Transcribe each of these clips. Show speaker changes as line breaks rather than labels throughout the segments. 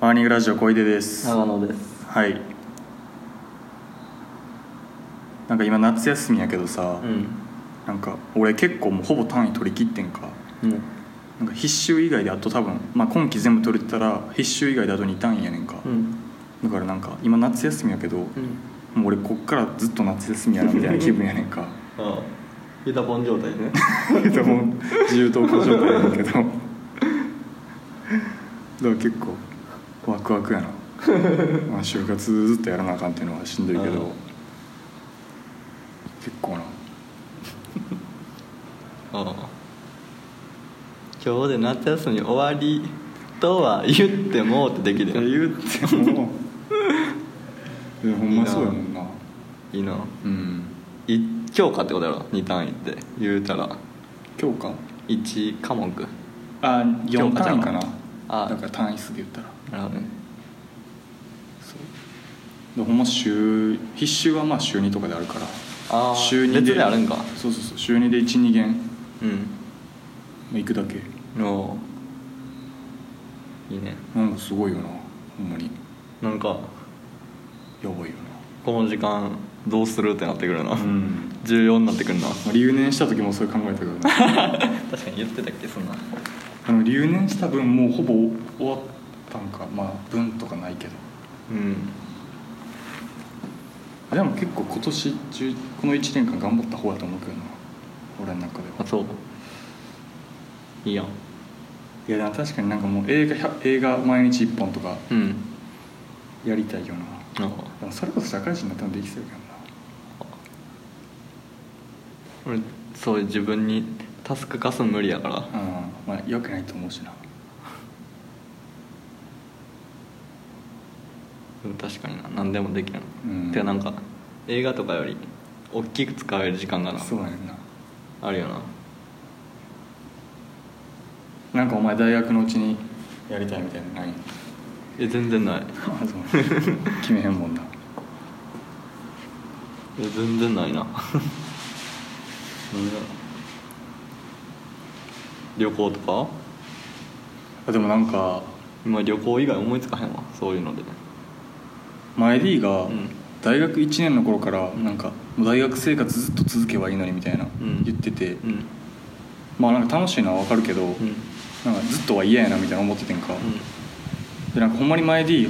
ーニングラジオ小出です
長野です
はいなんか今夏休みやけどさ、
うん
なんか俺結構もうほぼ単位取り切ってんか
もう
なんか必修以外であと多分、まあ、今期全部取れてたら必修以外であと2単位やねんか、
うん
だからなんか今夏休みやけど、
うん
もう俺こっからずっと夏休みやなみたいな気分やねん か
ああユタポン状態ね
けどもう自由投稿状態やねんけどだから結構ワクワクや なまあ就活ずっとやらなあかんっていうのはしんどいけ
ああ
ど結構な
ああ今日で夏休み終わりとは言ってもってでき
いや
るよ
言ってもいやほんまそうやもんない
いな
うん
い教科ってことやろ2単位って言うたら
教科
1科目な
あ
教
4
科ちゃ
単
う
位
わ
かな
あ
だから単位数で言ったら
るほどね
そうでほんま週必修はまあ週2とかであるから
ああ
週2で
別であるんか
そうそうそう週2で12限
うん
行くだけ
おいいね
なんかすごいよなほんまに
なんか
やばいよ
この時間どうするってなってくるな、
なうん、
重要になってくるな
まあ、留年した時もそれ考えたけど ね
確かに言ってたっけそんな
あの留年した分もうほぼ終わったんかまあ分とかないけど
うん
でも結構今年中この1年間頑張った方やと思うけどな俺の中で
あ
は
そういいやん
いやでも確かになんかもう映画100映画毎日1本とか
うん
やりたいよな
あ
でもそれこそ社会人になったらできそうやけどな
俺そういう自分にタスク化すん無理やから
うんまあ良くないと思うしな
うん確かにな何でもできる
うん
てかなんか映画とかより大きく使える時間がな
そうやねんな
あるよな
なんかお前大学のうちにやりたいみたいなの ない
え全然ない
あそう決めへんもんな
え全然ないな旅行とか
あでもなんか
今旅行以外思いつかへんわそういうので
前 D が
うん
大学1年の頃からなんかもう大学生活ずっと続けばいいのにみたいな
うん
言ってて、
うん
まあなんか楽しいのは分かるけど、
うんうん
なんかずっとは嫌やなみたいな思っててんか、でなんかほんまに前 D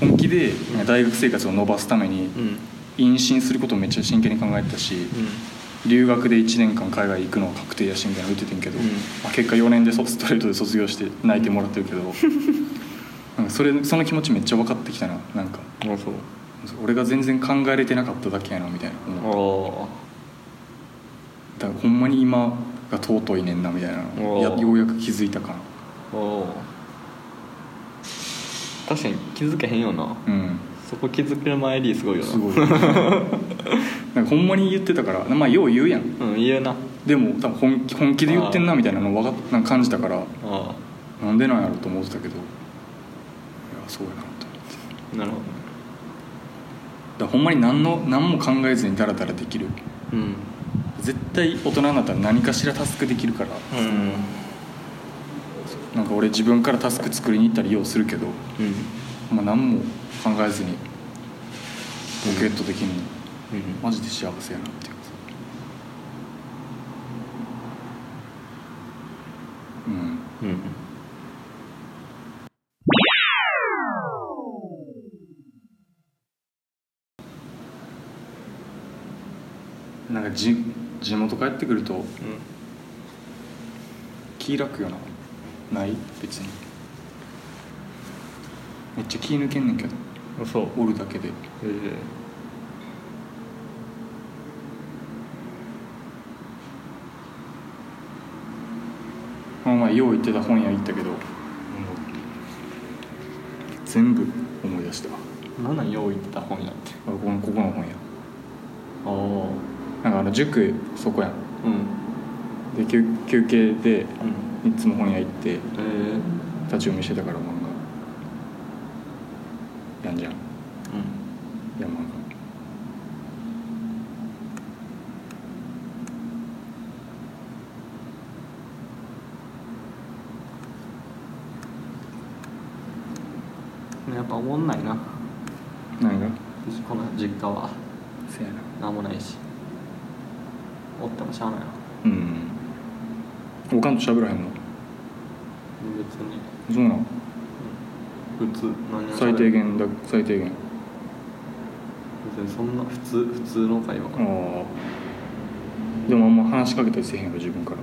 本気でなんか大学生活を伸ばすために
うん
妊娠することをめっちゃ真剣に考えてたし、留学で1年間海外行くのは確定やしみたいなの言っててんけど、
うん
まあ、結果4年でそストレートで卒業して泣いてもらってるけど、なんかそれその気持ちめっちゃ分かってきたななんか
うんあそう
俺が全然考えれてなかっただけやなみたいな思う
あ
だからほんまに今が尊いねんなみたいなのや
おー
ようやく気づいたかな
ああ確かに気づけへんよな
うん
そこ気づける前にすごいよな
す ごいなんかほんまに言ってたからまあよう言うやん
うん言うなあ
でも多分本気本気で言ってんなみたいなの分かっなんか感じたから
あ
なんでなんやろと思ってたけどいやそうやなと思って。
なるほど
だからほんまに何の何も考えずにダラダラできる
うん
絶対大人になったら何かしらタスクできるから
うん
なんか俺自分からタスク作りに行ったりようするけど、
うん
まあ、何も考えずにポケット的に、
うん
マジで幸せやなっていうかうん
うん
なんかじ地元帰ってくると気楽よなない別にめっちゃ気抜けんねんけど
うんそう
おるだけで
ええ
この前よう言ってた本屋行ったけど全部思い出したわ
何なんよう言ってた本やって
あここのここの本屋
ああ
なんかあの塾そこやん
うん
で休休憩で
うん
いつも本屋行って立
ええ
ち読みしてたから漫画やんじゃんい
うん
や漫画
やっぱ思んないな
何が
この実家は
せやな
何もないしおってもしゃあないな
うんおかんと喋らへんの
別に
そうなん
普通何も喋らない
最低限だ最低限
別にそんな普通普通の会話
ああでもあんま話しかけたりせえへんよ自分から
う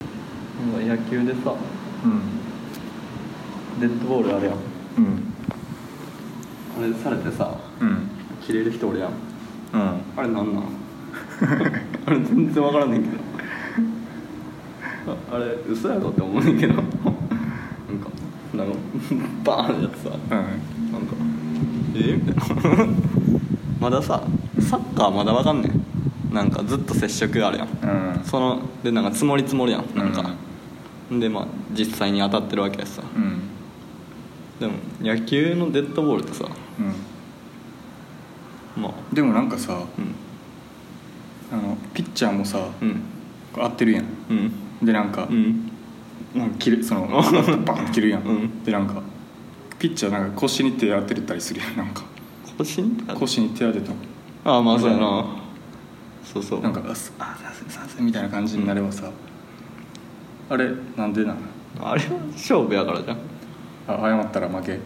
なんか野球でさ
うん
デッドボールあるやん
うん
あれでされてさ
うん
切れる人おるやん
うん
あれなんなん あれ全然わからんねんけどああれ嘘やろって思うねんけどなんかなんかバーンやってさなんかえーみたいなまださサッカーまだわかんねんなんかずっと接触があるやん
うん
そのでなんか積もり積もりやんなん
う
か
ん、
でまあ実際に当たってるわけやしさ
うん
でも野球のデッドボールってさ
う
まあ
んでもなんかさ
うん
あのピッチャーもさ
うん
合ってるやん
うん
でなんか
う、ん
なんか切るそのバーンって切るやん、
うん
でなんかピッチャーなんか腰に手当てたりするやんなんか
腰にあ
腰に手当てた
あまあそうやなそうそう
なんかあすあさせさせみたいな感じになればさ、あれなんでなの
あれは勝負やからじゃ
あ謝ったら負け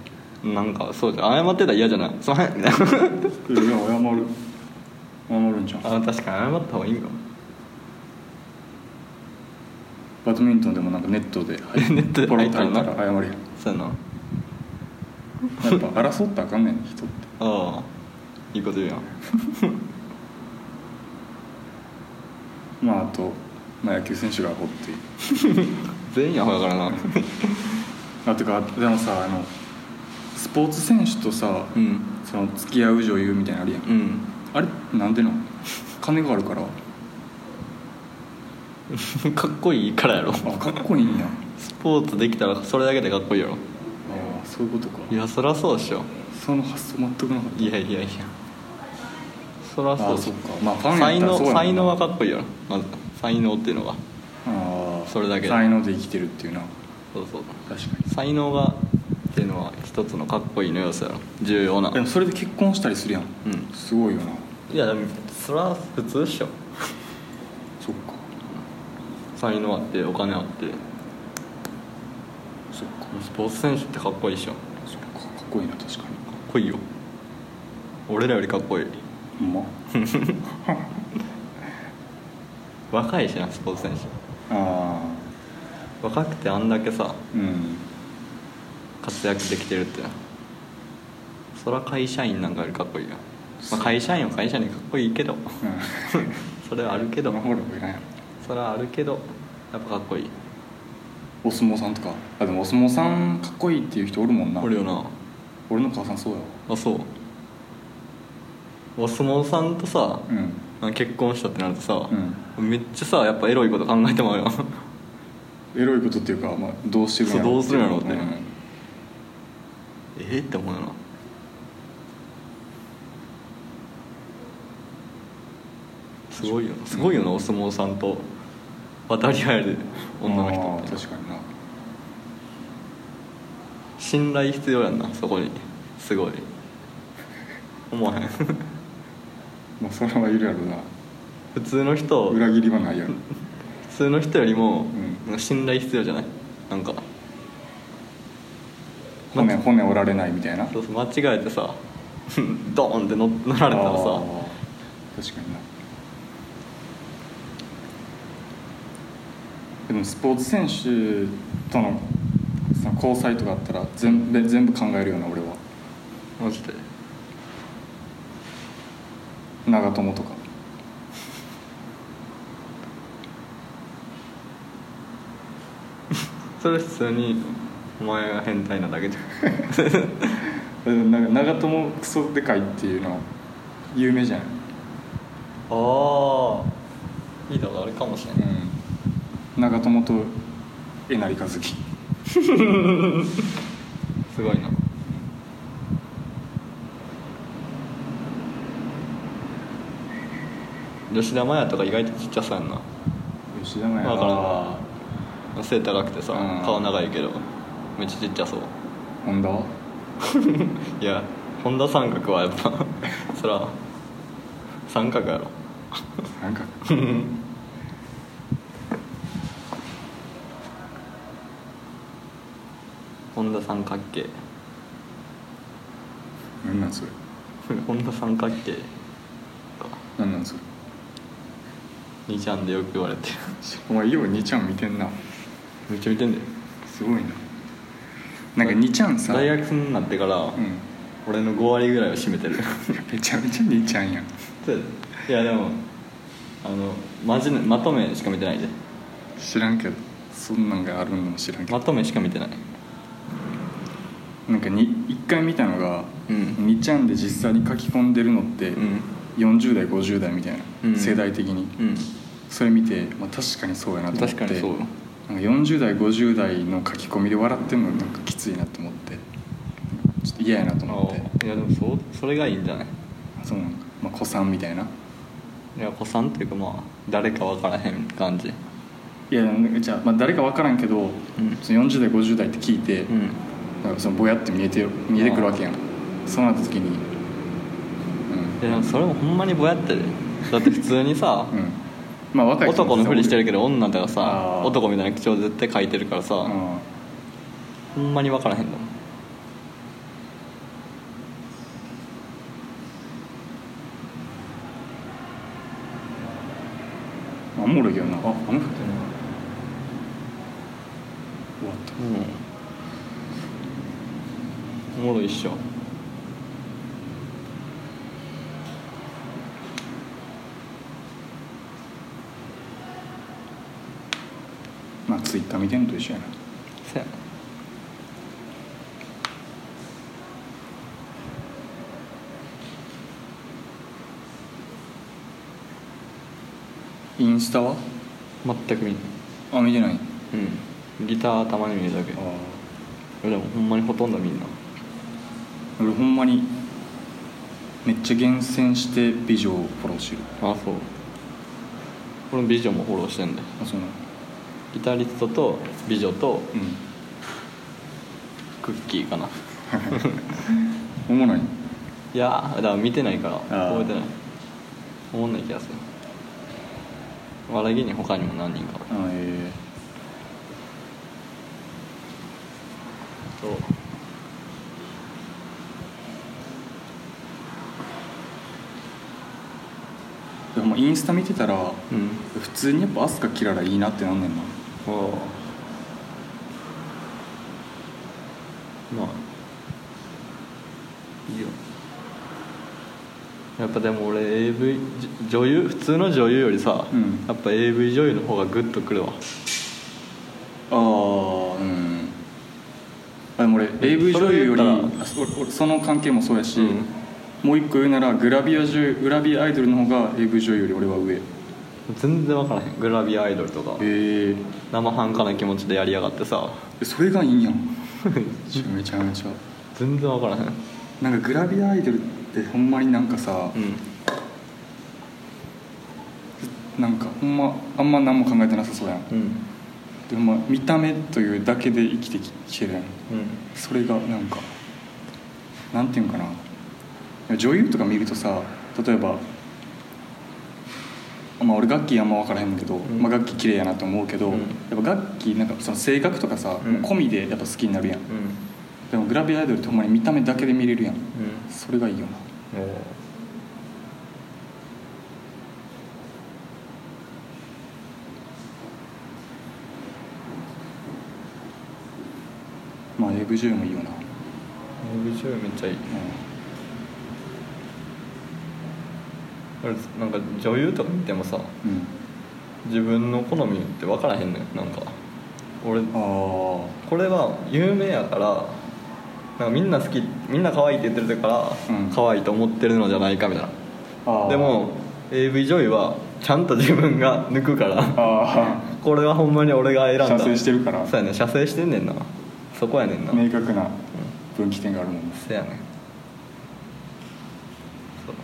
んなんかそうじゃん謝ってたら嫌じゃないす まへんみたいな
いやいや謝る謝るんじゃん
あ確かに謝った方がいいんかも
バドミントンでもなんかネットで
ネットで
ポロッ
入っ
と
た
入
ら
っ
な
たら謝るやん
そうやなあ
やっぱ争ったらあかんねん人って
あいいこと言うやん
まああと、まあ、野球選手がアホっていう
全員アホやからな
あてかでもさあのスポーツ選手とさ、
うん
その付き合う女優みたいなのあるやん、
うん
あれなんでなん金があるから
かっこいいからやろ
あかっこいいんや
スポーツできたらそれだけでかっこいいやろ
ああそういうことか
いやそりゃそうでしょ
その発想全くなかっ
いやいやいやそりゃそう
あ
でし
そ
ょ
っかまあファンや
才
ったら
能
そうやもんな
才能はかっこいいやろまず才能っていうの
た
が
ああ
それだけで
才能で生きてるっていうな
そうそう
確かに
才能がっていうのは一つのかっこいいの要素やろ重要な
でもそれで結婚したりするやん、
うん
すごいよない
やでもそれは普通っしょ
そっか
才能あってお金あって
そっか
スポーツ選手ってかっこいいっしょか
そっかかっこいいな確かに
っこいいよ俺らよりかっこいい
ほんま
若いしなスポーツ選手
あ
若くてあんだけさ
あ うん
活躍できてるってなそら会社員なんかよりかっこいいよ、まあ、会社員は会社員でかっこいいけど
うん
それはあるけ
で
ど
もほらいらんやろ
それはあるけどやっぱかっこいい
お相撲さんとかあでもお相撲さんかっこいいっていう人おるもんな
おるよな
俺の母さんそうやわ
あそうお相撲さんとさ
うん
結婚したってなるとさ、めっちゃさやっぱエロいこと考えてまうよ
エロいことっていうか、まあ、どうしてるんやろ
そうどうするんやろって
ん
えっって思うよなすごいよなすごいよなお相撲さんと渡り合える女の人
あ
って
ー確かにな
信頼必要やんなそこにすごい思わへん
まあそれはいるやろな
普通の人
裏切りは ないやろ
普通の人よりも、
ん
なんか信頼必要じゃないなんか
骨骨折られないみたいな
そうそう間違えてさ ドーンって乗乗られたら
あ
さ
ー確かになでもスポーツ選手とのその交際とかあったら全部全部考えるような俺は
マジで
長友とか
それ普通にお前が変態なだけじゃん
えなんか長友クソでかいっていうの有名じゃない、
ああいいのがあるかもしれない
うん、長友とえなりかずき
すごいな吉田麻也とか意外とちっちゃそうやんな
吉田麻也
わからん
あ
背高くてさ
うん
顔長いけどめっちゃちっちゃそう
ー本田
いや本田三角はやっぱ そら三角やろ
なんか
本田三角形
なんなんそれ
本田三角形か
なんなんそれ
兄ちゃんでよく言われてる
お前よう2ちゃん見てんな
めっちゃ見てんだよ
すごいななんか2ちゃんさ
大学になってから、
うん
俺の5割ぐらいを占めてる
めちゃめちゃ2ちゃんやん
そういやでもあのマジまとめしか見てないで
知らんけどそんなんがあるのも知らんけ
ま
ど
とめしか見てない
なんか1回見たのが、
うん
2ちゃんで実際に書き込んでるのって、
うん
40代50代みたいな、
うん
世代的に
うん
それ見て、まあ、確かにそうやなと思って
確かにそうよ
なんか40代50代の書き込みで笑ってんのなんかきついなと思ってちょっと嫌やなと思って
あいやでもそうそれがいいんじゃない
そうなんか、まあ、子さんみたいない
や子さんっていうかまあ誰か分からへん感じ
いやなんかじゃあ、まあ、誰か分からんけど、その40代50代って聞いて、
うん
なんかそのぼやって見えて見えてくるわけやんそうなった時に
いやでもそれもほんまにぼやってるだって普通にさ
うん、うん、まあ若い人も
男のふりしてるけ
ど
ど女とか
あ
さ
ー
男みたいな口調で絶対書いてるからさ、
うん
ほんまに分からへんの
おもろいけどなああの人ってな終わった
うんおもろいっしょ
まあツイッター見てんのと一緒やな
せやな
インスタは
全く見ない
あ見てない
うんギターたまに見るだけ
あ
でもほんまにほとんど見んな
ー俺ほんまにめっちゃ厳選して美女をフォローしてる
あそうこの美女もフォローしてんだよ
あそうなの
ギタリストと美女と
うん
クッキーかな
おもろい
いやーだから見てないから
あー
覚えてない思んない気がする笑い芸人他にも何人か
あーえ
そう
ーでもインスタ見てたら
うん
普通にやっぱ飛鳥キララいいなってなんねんな
まあいいよやっぱでも俺 AV じ女優普通の女優よりさ、
うん
やっぱ AV 女優の方がグッとくるわ
ああうんあでも俺 AV
それ
女優より
言
あ
ったら
そ俺その関係もそうやし、
うん
もう一個言うならグラビア女優グラビアアイドルの方が AV 女優より俺は上へ
全然分からへんグラビアアイドルとか
え
生半可な気持ちでやりやがってさ
それがいいん やんめちゃめちゃ
全然分からへんうん
なんかグラビアアイドルってほんまになんかさ、なんかほんまあんま何も考えてなさそうやん
うんうん
でもまあ見た目というだけで生きてききてるやんそれがなんかなんていうんかな女優とか見るとさ例えばまあ俺楽器あんま分からへんねんけど、
ん
まあ、楽器綺麗やなと思うけど、
うん
やっぱ楽器なんかその性格とかさ、
うん
込みでやっぱ好きになるやん
うん
でもグラビアアイドルってほんまに見た目だけで見れるやん
うん
それがいいよな
おー
まあ AV 女優もいいよな、うん
AV 女優めっちゃいい俺なんか女優とか見てもさ
うん、
自分の好みって分からへんのよなんか俺
ああ
これは有名やからなんかみんな好きみんな可愛いって言ってるから、
うん
可愛いと思ってるのじゃないかみたい
あ
な
ー
でも AV 女優はちゃんと自分が抜くから
あ
これはほんまに俺が選んだ
射精してるから
そうやね射精してんねんなそこやねんな
あ明確な分岐点があるもんです
そやねんそう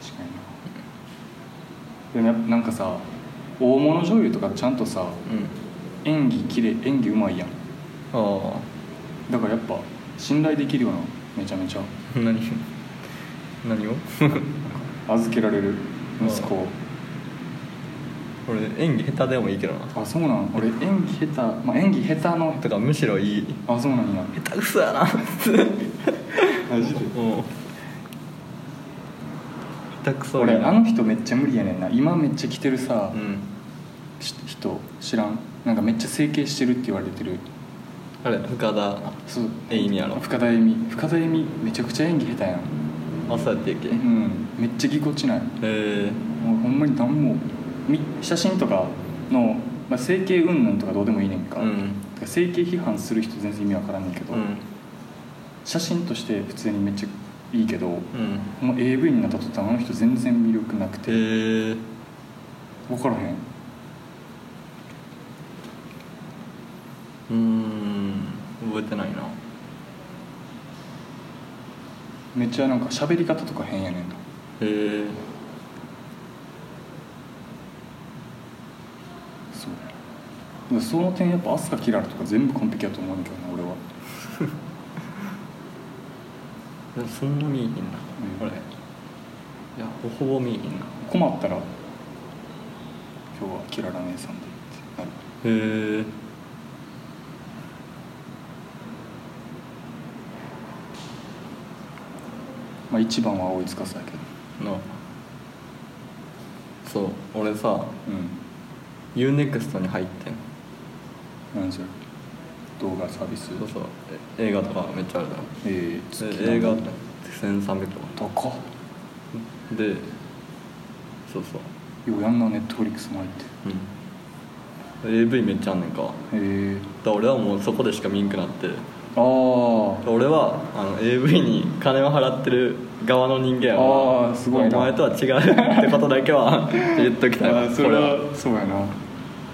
確かにでもやっぱなんかさ大物女優とかちゃんとさ
うん
演技きれい演技うまいやん
あ
だからやっぱ信頼できるようなめちゃめちゃ
あ何何を
預けられる息子
俺演技下手でもいいけどな
あそうなん俺演技下手、まあ、演技下手の
とかむしろいい
あそうなんや
下手くそやな
マジで
うん下手くそ
俺
やな
あの人めっちゃ無理やねんな今めっちゃ着てるさ、
うん
し人知らんなんかめっちゃ整形してるって言われてる
あれ深田
そう
えいみやろ
深田恵美深田恵美めちゃくちゃ演技下手やん
あそうやってっけ
う
へ
んめっちゃぎこちない
え
もうほんまに何もみ写真とかの、まあ、整形云々とかどうでもいいねんか,、
うん
整形批判する人全然意味わからんねんけど、
うん
写真として普通にめっちゃいいけど、
うん
もう AV になった途端あの人全然魅力なくて
へえ
分からへん
うーん覚えてないな
めっちゃなんか喋り方とか変やねんな
へえ
そうでその点やっぱ飛鳥キララとか全部完璧やと思うんだけどな俺は
でもそんな見えへんな、
うん
俺いやほほぼ見えへんな
困ったら今日はキララ姉さんでってなる
へえ
まあ一番は追いつかさやけど
なそう俺さ
う
UNEXT に入ってん
ん何それ動画サービス
そうそうえ映画とかめっちゃあるだろ
えー、
で
月
映画
な
っ
ん
て
だ
1300とか
高っ
でそうそう
ようやんなネットフリックスも入って
うん AV めっちゃあんねんかだか
へえ
ら俺はもうそこでしか見んくなって
あー
俺はあの AV に金を払ってる側の人間やから
あーすごいな
お前とは違うってことだけは 言っときたい
あ
わ
ーそれはそうやな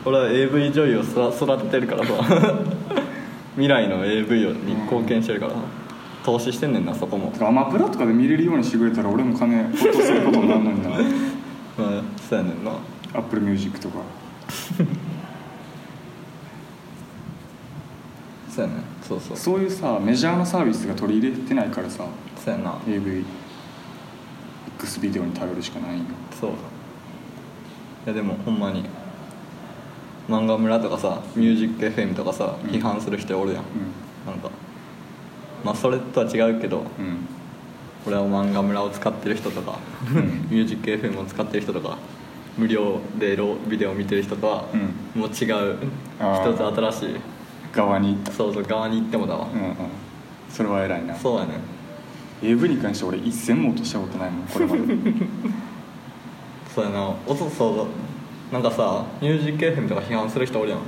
俺は AV 女優をそら育ててるから さ未来の AV をに貢献してるから投資してんねんなそこも
てかアマプラとかで見れるようにしてくれたら俺も金落とすることになるのにな
まあそうやねんな
アップルミュージックとか
そうやねんそうそう
そういうさメジャーなサービスが取り入れてないからさ
そうやな
AVX ビデオに頼るしかないんよ
そういやでもほんまに漫画村とかさミュージック FM とかさ、
うん
批判する人おるやん、
う
なんかまあそれとは違うけど
んうん
俺は漫画村を使ってる人とか ミュージック FM を使ってる人とか無料でロビデオを見てる人とは、もう違う
あー
一つ新しい
側に行った
そうそう側に行ってもだわ、
うんうんそれは偉いな
そうやね
AV に関して俺一銭も落としたことないもんこれまで
そうやなおそそうなんかさミュージック FM とか批判する人おるやん、
うん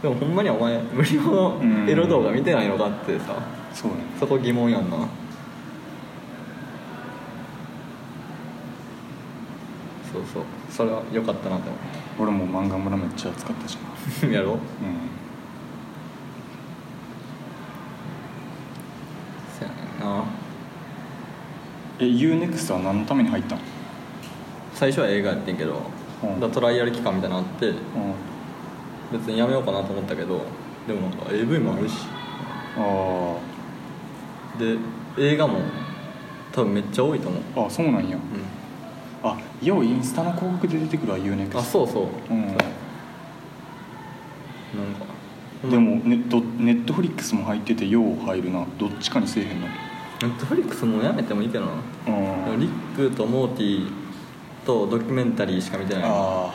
でもほんまにお前無料のエロ動画見てないのかってさ
そうね
そこ疑問やんなそうそうそれは良かったなって思
俺も漫画村めっちゃ使ったし
う やろ
なうん
そうやねんな
え UNEXT は何のために入ったの
最初は映画やってんけど、
うん
だからトライアル期間みたいなのあって
うん
別にやめようかなと思ったけどでもなんか AV もあるし
あ
で映画も多分めっちゃ多いと思う、
ーあそうなんや
う
あようインスタの広告で出てくるわ UNEXT
ん、あそうそう、
うん
そうなんか
でもネットネットフリックスも入っててよう入るなどっちかにせえへんの
ネットフリックスもうやめてもいいけどなでも
うん
リックとモーティーとドキュメンタリーしか見て
あ
ない
あは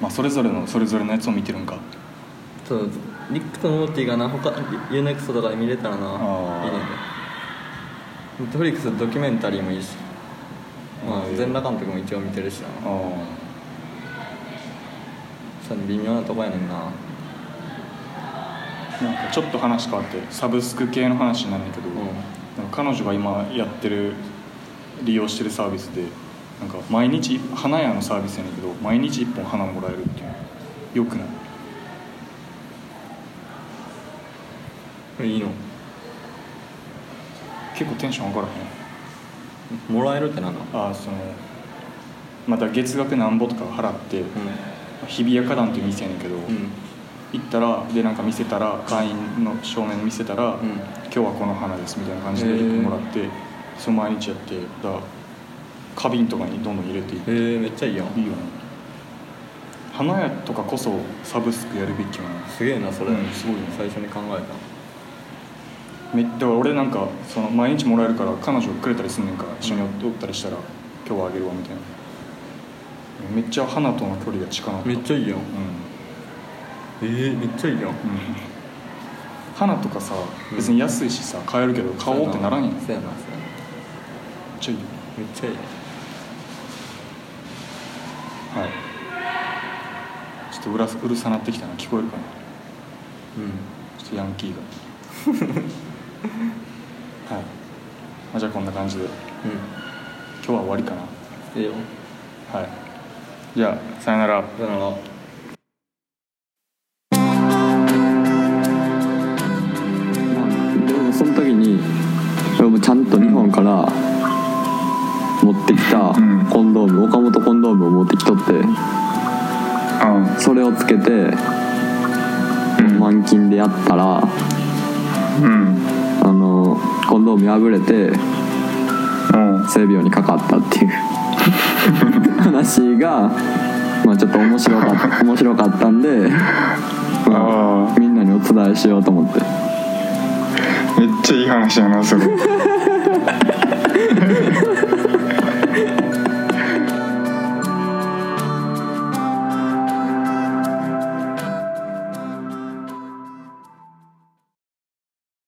いまあそれぞれのそれぞれのやつを見てるんか
そうリックとモーティーがな他 UNEXT とかで見れたらな
あー
いいねんけどネットフリックスドキュメンタリーもいいしまあ
うん
全裸監督も一応見てるしな
ああ
そう微妙なとこやねんな
なんかちょっと話変わってサブスク系の話になるんだけど、
ん
なんか彼女が今やってる利用してるサービスでなんか毎日花屋のサービスやねんけど毎日1本花もらえるっていうよくない
いいの
結構テンション上がらへん
もらえるってなんだ
ああそのまた月額なんぼとか払って、日比谷花壇っていう店やねんけど、行ったらでなんか見せたら会員の正面見せたら、
ん
今日はこの花ですみたいな感じで
へー
もらってその毎日やってだから花瓶とかにどんどん入れていって、
へえめっちゃいいやん
いいよね花屋とかこそサブスクやるべきよな
すげえなそれ、
うんすごいね
最初に考え
めだから俺なんかその毎日もらえるから彼女くれたりすんねんから一緒におったりしたら今日はあげるわみたいなめっちゃ花との距離が近なったた
めっちゃいいやん
う
えー、めっちゃいいやん
ん、うん、花とかさ別に安いしさ買えるけど買おうってならんやんめっ
そうやなそうやな
ちゃいいよ
めっちゃいい
はいちょっとうらすうるさなってきたな聞こえるかな
う
ちょっとヤンキーがはい、まあ、じゃあこんな感じで
んうん
今日は終わりかな
ええよ
はいじゃあさよなら
さよなら
でもその時に俺もちゃんと日本から持ってきた
ん
コンドーム、岡本コンドームを持ってきとって
あ
それをつけて満金でやったらあ
うん
のコンドーム破れて
うん
性病にかかったっていう話が、まあ、ちょっと面白かった面白かったんで、まあ
あ
みんなにお伝えしようと思って
めっちゃいい話やなそれ